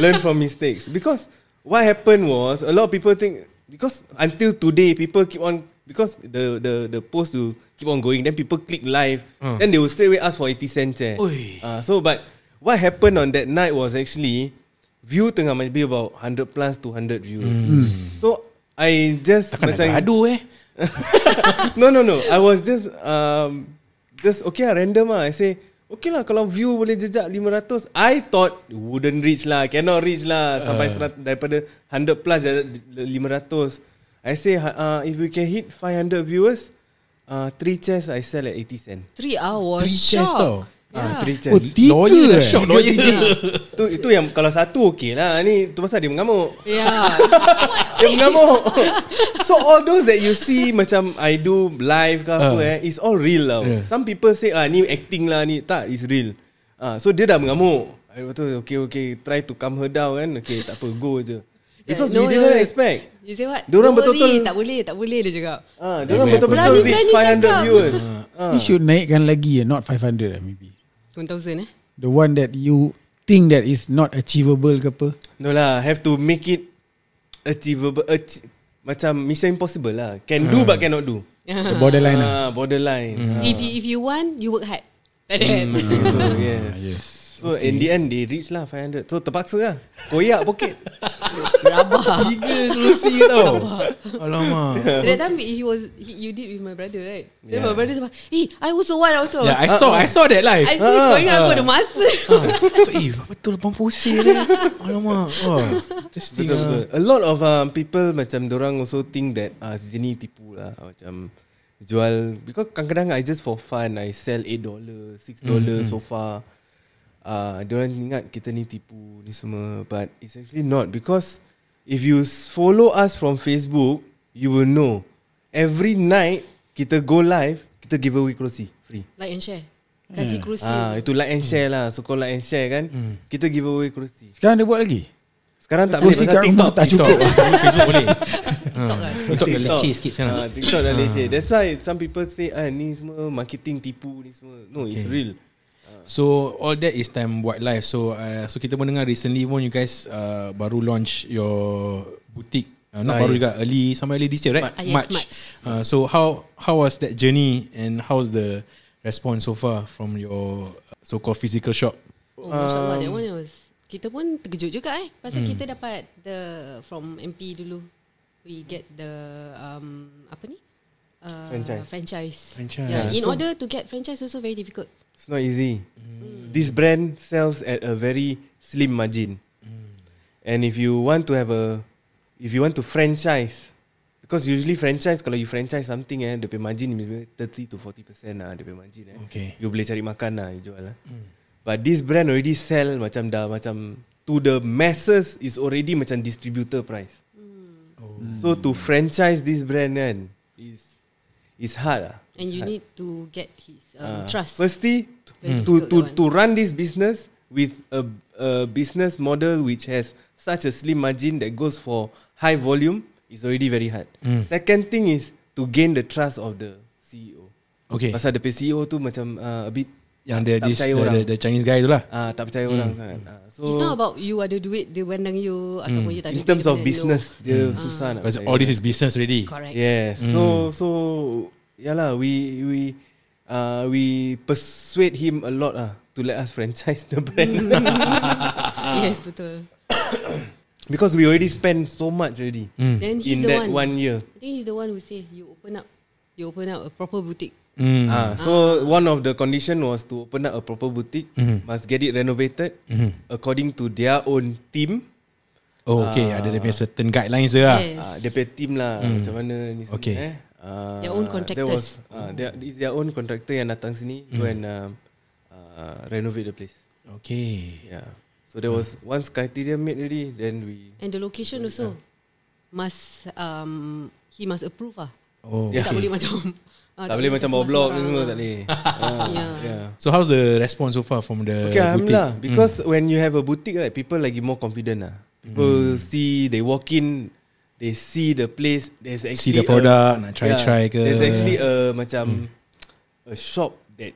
[SPEAKER 3] Learn from mistakes. Because what happened was a lot of people think because until today people keep on because the the the post to keep on going then people click live
[SPEAKER 1] Hmm.
[SPEAKER 3] then they will straight away ask for 80 cents. Eh.
[SPEAKER 1] Oi.
[SPEAKER 3] Ah, so but what happened on that night was actually view tengah maybe about 100 plus 200 views. So I just
[SPEAKER 1] Hmm. Takkan nak gaduh eh.
[SPEAKER 3] no no no I was just um, Just okay lah random lah I say Okay lah kalau view boleh jejak 500 I thought wouldn't reach lah Cannot reach lah Sampai uh. daripada 100 plus jadi 500 I say uh, If we can hit 500 viewers uh, Three chairs I sell at 80 cent
[SPEAKER 5] Three hours
[SPEAKER 1] Three
[SPEAKER 5] shop.
[SPEAKER 1] chairs tau.
[SPEAKER 3] Ah,
[SPEAKER 5] Yeah.
[SPEAKER 3] three
[SPEAKER 2] Oh,
[SPEAKER 3] chairs.
[SPEAKER 1] Lawyer
[SPEAKER 2] tiga
[SPEAKER 1] dah
[SPEAKER 2] eh?
[SPEAKER 1] shock lawyer.
[SPEAKER 3] tu, itu yang kalau satu okay lah Ni tu pasal dia mengamuk
[SPEAKER 5] Yeah.
[SPEAKER 3] Dia mengamuk So all those that you see Macam I do live ke apa
[SPEAKER 1] Ah.
[SPEAKER 3] eh It's all real lah
[SPEAKER 1] Yeah.
[SPEAKER 3] Some people say ah Ni acting lah ni Tak it's real ah, So dia dah mengamuk I betul okay okay Try to calm her down kan Okay tak apa go je Because
[SPEAKER 5] Yeah,
[SPEAKER 3] we didn't expect
[SPEAKER 5] You say what?
[SPEAKER 3] Diorang
[SPEAKER 5] Don't worry,
[SPEAKER 3] betul-betul-
[SPEAKER 5] tak boleh, tak boleh dia cakap.
[SPEAKER 3] ah, Dia orang
[SPEAKER 1] Berani-
[SPEAKER 3] betul-betul
[SPEAKER 5] berani
[SPEAKER 3] reach
[SPEAKER 5] cakap.
[SPEAKER 3] 500 viewers
[SPEAKER 2] You should naikkan lagi eh, not 500 eh, maybe.
[SPEAKER 5] 1000 eh.
[SPEAKER 2] The one that you think that is not achievable ke apa.
[SPEAKER 3] No lah Have to make it Achievable achi- Macam Mission Impossible lah Can do but cannot do
[SPEAKER 2] The Hmm. borderline lah.
[SPEAKER 3] ah, Borderline ah.
[SPEAKER 5] If you, if you want, you work hard. Like
[SPEAKER 1] Hmm.
[SPEAKER 5] that.
[SPEAKER 3] Macam tu yes.
[SPEAKER 2] Yes.
[SPEAKER 3] So okay. in the end They reach lah 500 So terpaksa lah Koyak poket
[SPEAKER 1] Tiga kerusi tau. Alamak.
[SPEAKER 5] That time he was he, you did with my brother right? Yeah. Then
[SPEAKER 3] Yeah.
[SPEAKER 5] my brother said, "Hey, I also want, I also."
[SPEAKER 1] Yeah,
[SPEAKER 5] want."
[SPEAKER 1] I Ah. saw Ah, I saw that live.
[SPEAKER 5] I see uh, going uh, aku ada masa.
[SPEAKER 1] So, eh, betul 80 ni. Alamak. Oh, interesting.
[SPEAKER 3] Betul betul. A lot of um, people macam orang also think that ah sini tipu lah macam jual because kadang-kadang I just for fun I sell 8 dollar, 6 dollar so far. uh, diorang ingat kita ni tipu ni semua but it's actually not because if you s- follow us from Facebook you will know every night kita go live kita give away kerusi free
[SPEAKER 5] Like and share Kasih
[SPEAKER 1] Hmm.
[SPEAKER 5] kerusi
[SPEAKER 3] Ah, itu like and share lah. So kau like and share kan. Kita give away kerusi.
[SPEAKER 2] Sekarang dia buat lagi
[SPEAKER 3] Sekarang tak boleh
[SPEAKER 2] Kerusi
[SPEAKER 3] pasal
[SPEAKER 2] kat rumah
[SPEAKER 3] TikTok.
[SPEAKER 2] tak cukup
[SPEAKER 1] Facebook boleh
[SPEAKER 5] TikTok kan
[SPEAKER 1] TikTok dah leceh sikit
[SPEAKER 3] Ah,
[SPEAKER 1] sekarang Ah.
[SPEAKER 3] TikTok dah leceh. That's why some people say ah ni semua marketing tipu ni semua. No, it's real.
[SPEAKER 1] So all that is time buat live So uh, so kita pun dengar recently pun You guys uh, baru launch your boutique uh, Not
[SPEAKER 3] Ah,
[SPEAKER 1] baru
[SPEAKER 3] yes.
[SPEAKER 1] juga early Somewhere early this year right?
[SPEAKER 5] Ah, yes, March.
[SPEAKER 1] Uh, so how how was that journey And how's the response so far From your so called physical shop
[SPEAKER 5] Oh Masya Allah That
[SPEAKER 3] Um,
[SPEAKER 5] one was Kita pun terkejut juga eh Pasal
[SPEAKER 3] Hmm.
[SPEAKER 5] kita dapat The From MP dulu We get the um, Apa ni Uh,
[SPEAKER 3] Franchise.
[SPEAKER 5] franchise.
[SPEAKER 1] Franchise.
[SPEAKER 5] Yeah.
[SPEAKER 3] Yeah,
[SPEAKER 5] In
[SPEAKER 3] so-
[SPEAKER 5] order to get franchise also very difficult.
[SPEAKER 3] It's not easy. This brand sells at a very slim margin. And if you want to have a if you want to franchise because usually franchise kalau you franchise something eh dia punya margin maybe 30 to 40% lah dia punya margin eh.
[SPEAKER 1] Okay.
[SPEAKER 3] You boleh cari makan lah you jual lah. But this brand already sell macam dah macam to the masses is already macam distributor price. Mm.
[SPEAKER 5] Mm.
[SPEAKER 3] So to franchise this brand kan is is hard lah.
[SPEAKER 5] And
[SPEAKER 3] It's
[SPEAKER 5] you
[SPEAKER 3] hard.
[SPEAKER 5] need to get his
[SPEAKER 3] Ah,
[SPEAKER 5] um, trust.
[SPEAKER 3] Firstly,
[SPEAKER 5] Very
[SPEAKER 3] to
[SPEAKER 5] difficult
[SPEAKER 3] to
[SPEAKER 5] that one.
[SPEAKER 3] to run this business with a a business model which has such a slim margin that goes for high volume is already very hard.
[SPEAKER 1] Hmm.
[SPEAKER 3] Second thing is to gain the trust of the CEO.
[SPEAKER 1] Okay
[SPEAKER 3] Pasal the CEO E tu macam uh, a bit
[SPEAKER 1] Yang the,
[SPEAKER 3] tak
[SPEAKER 1] this,
[SPEAKER 3] percaya
[SPEAKER 1] the,
[SPEAKER 3] orang.
[SPEAKER 1] the, the Chinese guy tu lah
[SPEAKER 3] uh, tak percaya orang sangat. Ah, so
[SPEAKER 5] It's not about you ada duit dia pandang you ataupun you tak ada
[SPEAKER 3] Hmm. in
[SPEAKER 5] duit,
[SPEAKER 3] terms
[SPEAKER 5] dia
[SPEAKER 3] of
[SPEAKER 5] pandang
[SPEAKER 3] business dia susah nak.
[SPEAKER 1] Hmm. Because
[SPEAKER 3] percaya
[SPEAKER 1] all this Hmm.
[SPEAKER 3] orang.
[SPEAKER 1] is business already
[SPEAKER 5] you. Correct.
[SPEAKER 3] Yes. So so yalah we we uh, we persuade him a lot ah to let us franchise the brand.
[SPEAKER 5] Yes betul.
[SPEAKER 3] Because we already spent so much already
[SPEAKER 1] Mm.
[SPEAKER 5] Then he's
[SPEAKER 3] Hmm. in
[SPEAKER 5] the
[SPEAKER 3] that
[SPEAKER 5] one.
[SPEAKER 3] one, year.
[SPEAKER 5] I think he's the one who say you open up you open up a proper boutique.
[SPEAKER 1] mm.
[SPEAKER 3] Ah, so one of the condition was to open up a proper boutique,
[SPEAKER 1] Mm-hmm.
[SPEAKER 3] must get it renovated according to their own team.
[SPEAKER 1] Oh okay Ada dia punya certain guidelines dia lah
[SPEAKER 5] Yes.
[SPEAKER 3] Ah, dia punya team lah macam mana ni
[SPEAKER 1] Mm.
[SPEAKER 3] semua
[SPEAKER 1] Okay.
[SPEAKER 3] eh. Ah,
[SPEAKER 5] Their own
[SPEAKER 3] that
[SPEAKER 5] contractors.
[SPEAKER 3] Was, ah, their, it's their own contractor yang datang sini
[SPEAKER 1] Mm.
[SPEAKER 3] go and um, uh, renovate the place.
[SPEAKER 1] Okay
[SPEAKER 3] Yeah. So
[SPEAKER 1] Mm.
[SPEAKER 3] there was once criteria made already, then we
[SPEAKER 5] And the location
[SPEAKER 3] eh?
[SPEAKER 5] also must um he must approve ah.
[SPEAKER 1] Oh yeah.
[SPEAKER 5] Dia tak boleh macam ah,
[SPEAKER 3] tak boleh macam bawa blok ni semua tak boleh. Ah,
[SPEAKER 5] Yeah.
[SPEAKER 3] yeah.
[SPEAKER 1] So how's the response so far From the boutique
[SPEAKER 3] Okay, alhamdulillah. Because mm. when you have a boutique, right, people lagi more confident lah. People mm. see, they walk in, they see the place. There's
[SPEAKER 1] See
[SPEAKER 3] actually uh,
[SPEAKER 1] the product Nak
[SPEAKER 3] yeah,
[SPEAKER 1] try-try ke
[SPEAKER 3] There's actually a macam a shop that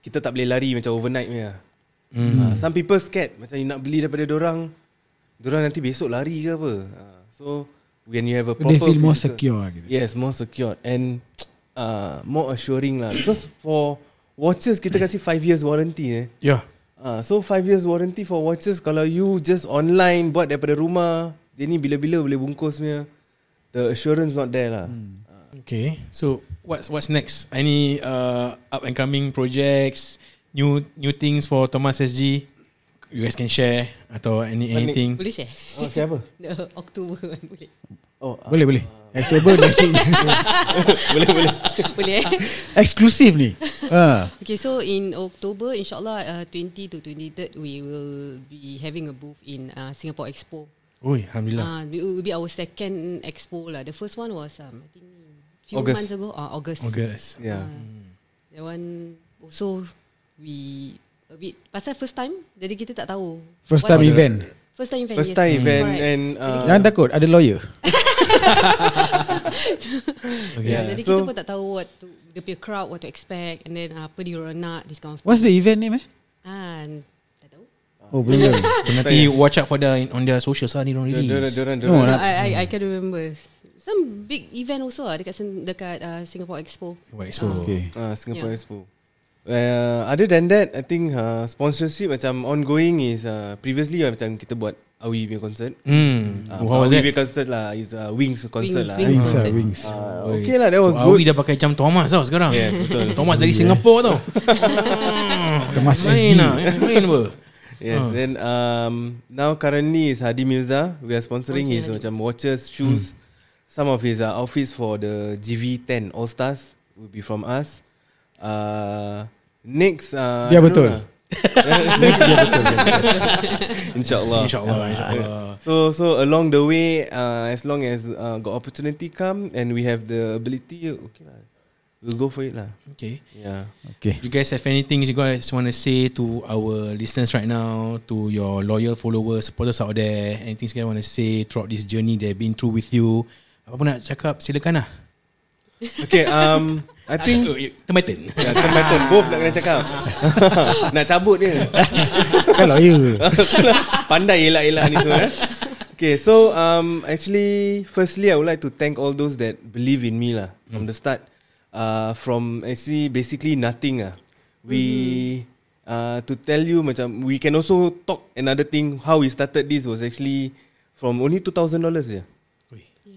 [SPEAKER 3] kita tak boleh lari macam overnight punya. Mm. Uh, some people scared macam you nak beli daripada dorang, dorang nanti besok lari ke apa. Uh, so when you have a
[SPEAKER 2] So They
[SPEAKER 3] proper
[SPEAKER 2] feel more
[SPEAKER 3] physical-
[SPEAKER 2] secure gitu.
[SPEAKER 3] Yes, more secured and uh, more assuring lah. Because for watches kita kasih 5 years warranty eh.
[SPEAKER 1] Yeah
[SPEAKER 3] Ah, so 5 years warranty for watches kalau you just online buat daripada rumah, dia ni bila-bila boleh bungkus punya. The assurance not there lah. Hmm.
[SPEAKER 1] Okay, so what's what's next? Any uh, up and coming projects, new new things for Thomas SG? You guys can share atau any anything.
[SPEAKER 5] Boleh share?
[SPEAKER 3] Oh, siapa?
[SPEAKER 5] The October one boleh.
[SPEAKER 3] Oh, ah.
[SPEAKER 2] Boleh boleh October next week
[SPEAKER 5] boleh eh?
[SPEAKER 2] Eksklusif ni ha.
[SPEAKER 5] Okay, so in October, insyaAllah uh, 20 to 23rd, we will be having a booth in uh, Singapore Expo.
[SPEAKER 1] Oi, alhamdulillah.
[SPEAKER 5] Uh, it will be our second expo lah. The first one was, um, I think, few
[SPEAKER 3] August.
[SPEAKER 5] months ago, uh, August.
[SPEAKER 1] August.
[SPEAKER 3] Yeah.
[SPEAKER 5] Ah, That one also we a bit pasal first time, jadi kita tak tahu.
[SPEAKER 2] First
[SPEAKER 5] What-
[SPEAKER 2] time event
[SPEAKER 5] First time event.
[SPEAKER 3] First
[SPEAKER 5] yes.
[SPEAKER 3] time event
[SPEAKER 5] Correct.
[SPEAKER 3] and uh,
[SPEAKER 2] Jangan takut Ada lawyer
[SPEAKER 5] Yeah,
[SPEAKER 1] Okay.
[SPEAKER 5] jadi
[SPEAKER 3] So-
[SPEAKER 5] kita pun tak tahu what to the peer crowd, what to expect, and then uh, apa dia orang nak, this kind of Ah,
[SPEAKER 2] What's the event name eh
[SPEAKER 5] And, tak tahu.
[SPEAKER 2] Oh belum lagi
[SPEAKER 1] Nanti watch out for the on their socials lah ni don't
[SPEAKER 3] dia- dia- dia-
[SPEAKER 1] release.
[SPEAKER 3] dia- dia- dia-
[SPEAKER 2] No
[SPEAKER 5] No,
[SPEAKER 2] nak
[SPEAKER 5] I, I I can remember some big event also ah dekat sen- dekat uh, Singapore Expo.
[SPEAKER 1] Wait, so
[SPEAKER 2] Okay
[SPEAKER 3] Ah, Singapore
[SPEAKER 5] Yeah.
[SPEAKER 3] Expo. Uh, other than that, I think uh, sponsorship macam ongoing is uh, previously uh, macam kita buat Awi punya concert.
[SPEAKER 1] Hmm,
[SPEAKER 3] Ah,
[SPEAKER 1] how was
[SPEAKER 3] Awi
[SPEAKER 1] that?
[SPEAKER 3] punya concert lah is uh, Wings concert lah.
[SPEAKER 5] Wings,
[SPEAKER 2] Wings lah
[SPEAKER 5] Wings.
[SPEAKER 2] Wings
[SPEAKER 3] Ah,
[SPEAKER 1] Oi.
[SPEAKER 3] okay lah, that was
[SPEAKER 1] so, Awi
[SPEAKER 3] good.
[SPEAKER 1] dah pakai jam Thomas tau sekarang.
[SPEAKER 3] Yes, betul.
[SPEAKER 1] Thomas dari Singapore tau.
[SPEAKER 2] Kemas
[SPEAKER 1] Main
[SPEAKER 2] SG
[SPEAKER 3] ah.
[SPEAKER 1] lah, eh, main apa?
[SPEAKER 3] Yes,
[SPEAKER 2] Ah.
[SPEAKER 3] uh. then um, now currently is Hadi Mirza. We are sponsoring his
[SPEAKER 5] Sponsoring
[SPEAKER 3] macam
[SPEAKER 5] Hadi.
[SPEAKER 3] watches, shoes,
[SPEAKER 2] Hmm.
[SPEAKER 3] some of his uh, outfits for the GV10 All Stars will be from us. Uh, next, uh, I
[SPEAKER 2] Ya,
[SPEAKER 3] don't
[SPEAKER 2] betul.
[SPEAKER 3] know lah.
[SPEAKER 2] Next year betul
[SPEAKER 3] InsyaAllah
[SPEAKER 1] InsyaAllah InsyaAllah
[SPEAKER 3] So so along the way, uh, as long as uh, got opportunity come and we have the ability, okay lah, we'll go for it lah.
[SPEAKER 1] Okay
[SPEAKER 3] Yeah.
[SPEAKER 2] Okay
[SPEAKER 1] You guys have anything you guys want to say to our listeners right now, to your loyal followers, supporters out there, anything you guys want to say throughout this journey they've been through with you? Apa pun nak cakap, silakan lah.
[SPEAKER 3] Okay. Um, I think.
[SPEAKER 1] Termaitan.
[SPEAKER 3] Ya, turn by turn. Both nak kena cakap Nak cabut dia
[SPEAKER 2] Kalau you
[SPEAKER 3] Pandai elak-elak ni semua eh? Okay so um, Actually Firstly I would like to thank all those That believe in me lah From the start uh, From actually Basically nothing lah We uh, To tell you macam We can also talk Another thing How we started this Was actually From only $2,000 je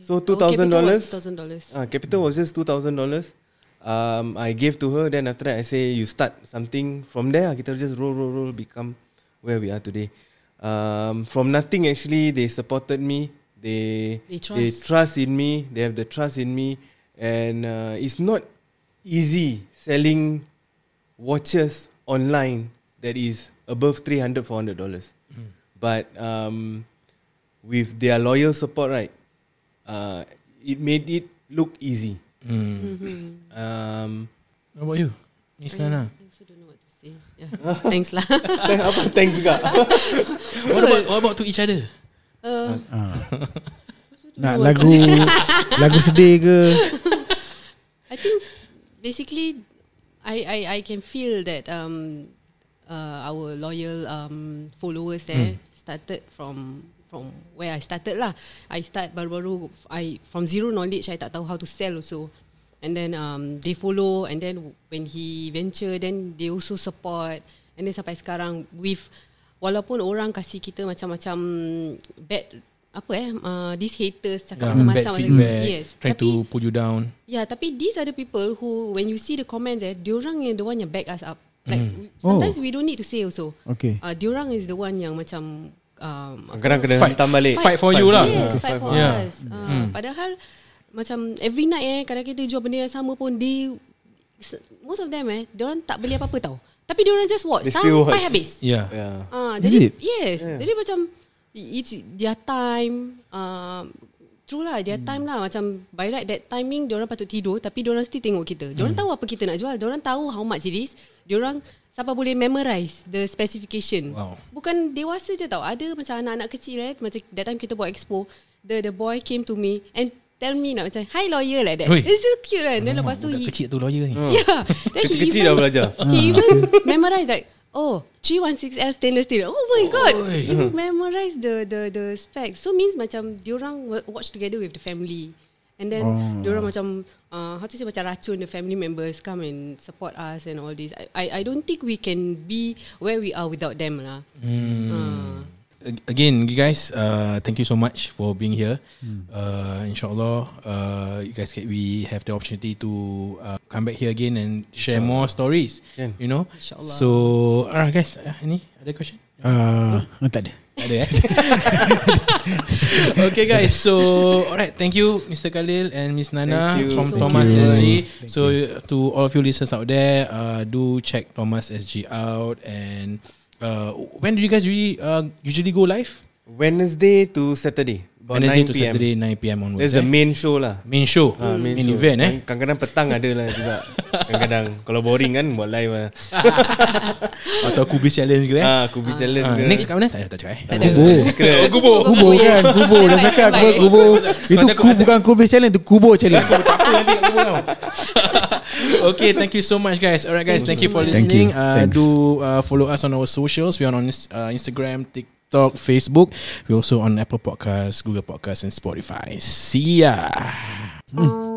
[SPEAKER 3] So $2,000
[SPEAKER 5] Thousand dollars.
[SPEAKER 3] Ah, capital was just two thousand dollars. Um, I gave to her. Then after that, I say you start something from there. lah. Kita just roll, roll, roll, become where we are today. Um, from nothing actually, they supported me. They
[SPEAKER 5] They
[SPEAKER 3] they
[SPEAKER 5] trust.
[SPEAKER 3] trust in me. They have the trust in me, and uh, it's not easy selling watches online that is above 300 400 dollars
[SPEAKER 1] Hmm.
[SPEAKER 3] but um, with their loyal support right uh, it made it look easy
[SPEAKER 5] Mm-hmm.
[SPEAKER 3] um,
[SPEAKER 1] How about you? Islana.
[SPEAKER 5] I also don't know what to say. Yeah. Thanks lah.
[SPEAKER 3] apa thanks juga
[SPEAKER 1] What about, what about to each other?
[SPEAKER 5] Uh,
[SPEAKER 2] Nak lagu Lagu sedih ke
[SPEAKER 5] I think basically, I I I can feel that um, uh, our loyal um followers there
[SPEAKER 1] Hmm.
[SPEAKER 5] started from from where I started lah. I start baru-baru I from zero knowledge. I tak tahu how to sell also. And then um, they follow and then when he venture then they also support and then sampai sekarang with walaupun orang kasih kita macam-macam bad apa eh uh, these haters cakap
[SPEAKER 1] Yeah,
[SPEAKER 5] macam-macam
[SPEAKER 1] Hmm, bad feedback,
[SPEAKER 5] yes
[SPEAKER 1] trying
[SPEAKER 5] tapi
[SPEAKER 1] to pull you down.
[SPEAKER 5] Yeah, Ya, tapi these are the people who when you see the comments eh, diorang yang the one yang back us up. Like mm. sometimes oh. we don't need to say also.
[SPEAKER 2] Okay
[SPEAKER 5] Uh, diorang is the one yang macam um,
[SPEAKER 3] kadang kena
[SPEAKER 1] Fight.
[SPEAKER 3] hantam balik
[SPEAKER 1] Fight for you lah.
[SPEAKER 5] Yes, fight for
[SPEAKER 1] Yeah.
[SPEAKER 5] yeah. us. Uh, mm. Padahal macam every night eh kadang kita jual benda yang sama pun they s- most of them eh diorang tak beli apa-apa tau. Tapi diorang just watch
[SPEAKER 3] They
[SPEAKER 5] sampai
[SPEAKER 3] still watch.
[SPEAKER 5] habis.
[SPEAKER 1] Yeah.
[SPEAKER 3] yeah
[SPEAKER 5] Ah,
[SPEAKER 2] Is
[SPEAKER 5] jadi
[SPEAKER 2] it?
[SPEAKER 5] yes, yeah. jadi macam it's their time. Uh, true lah, their hmm. time lah. Macam by right that timing, diorang patut tidur tapi diorang still tengok kita.
[SPEAKER 1] Hmm.
[SPEAKER 5] Diorang tahu apa kita nak jual. Diorang tahu how much it is. Diorang sampai boleh memorize the specification.
[SPEAKER 1] Wow.
[SPEAKER 5] Bukan dewasa je tau. Ada macam anak-anak kecil eh. Macam that time kita buat expo, the the boy came to me and tell me nak macam hi lawyer like that.
[SPEAKER 1] Ui.
[SPEAKER 5] It's so cute kan. Then
[SPEAKER 1] Oh,
[SPEAKER 5] lepas tu
[SPEAKER 1] budak
[SPEAKER 5] he,
[SPEAKER 1] kecil tu lawyer ni.
[SPEAKER 5] Yeah. Then he
[SPEAKER 3] Kecil-kecil
[SPEAKER 5] even-
[SPEAKER 3] dah belajar.
[SPEAKER 5] He even memorize like Oh, 316L stainless steel. Oh my god.
[SPEAKER 1] Oi.
[SPEAKER 5] You memorize the the the specs. So means macam diorang wa- watch together with the family. And then
[SPEAKER 2] Oh.
[SPEAKER 5] oh. diorang macam uh, how to say macam racun the family members come and support us and all this. I I, I don't think we can be where we are without them lah. Hmm. Uh.
[SPEAKER 1] Ag- again, you guys, uh, thank you so much for being here. Uh, inshallah, uh, you guys, get, we have the opportunity to uh, come back here again and share more stories.
[SPEAKER 3] Can.
[SPEAKER 1] You know.
[SPEAKER 5] Inshallah.
[SPEAKER 1] So, alright, guys. Uh, any other question?
[SPEAKER 2] uh, oh, Tak ada
[SPEAKER 1] Tak Ada eh? okay guys, so alright, thank you Mr. Khalil and Miss Nana
[SPEAKER 3] Thank you.
[SPEAKER 1] from
[SPEAKER 5] Thank
[SPEAKER 1] Thomas
[SPEAKER 2] you.
[SPEAKER 1] SG. So to all of you listeners out there, uh, do check Thomas SG out and uh, when do you guys really, uh, usually go live?
[SPEAKER 3] Wednesday to Saturday about
[SPEAKER 1] Wednesday
[SPEAKER 3] 9
[SPEAKER 1] to
[SPEAKER 3] PM.
[SPEAKER 1] Saturday 9 PM onwards.
[SPEAKER 3] that's the
[SPEAKER 1] eh?
[SPEAKER 3] main show lah
[SPEAKER 1] main show,
[SPEAKER 3] Ah,
[SPEAKER 1] main, main event eh.
[SPEAKER 3] Kadang-kadang petang ada lah juga Kadang-kadang Kalau boring kan Buat live lah
[SPEAKER 1] Eh? Atau Kubis challenge ke eh.
[SPEAKER 3] Ah, Aku be challenge
[SPEAKER 1] Ah,
[SPEAKER 3] ke.
[SPEAKER 1] next kat mana? Tak tak cakap eh.
[SPEAKER 2] Kubur
[SPEAKER 3] Secret
[SPEAKER 1] Kubur.
[SPEAKER 2] Kubur kan Kubur Dah
[SPEAKER 5] Standby,
[SPEAKER 2] cakap
[SPEAKER 5] standby.
[SPEAKER 2] kubur Itu ku, bukan kubur challenge Itu kubur challenge
[SPEAKER 1] Apa nanti kat kubur kau Okay thank you so much guys Alright guys Thank, you for
[SPEAKER 2] Thank you.
[SPEAKER 1] listening uh,
[SPEAKER 2] Thanks.
[SPEAKER 1] Do uh, follow us on our socials We are on uh, Instagram TikTok Facebook We're also on Apple Podcasts Google Podcasts And Spotify See ya
[SPEAKER 5] Mm.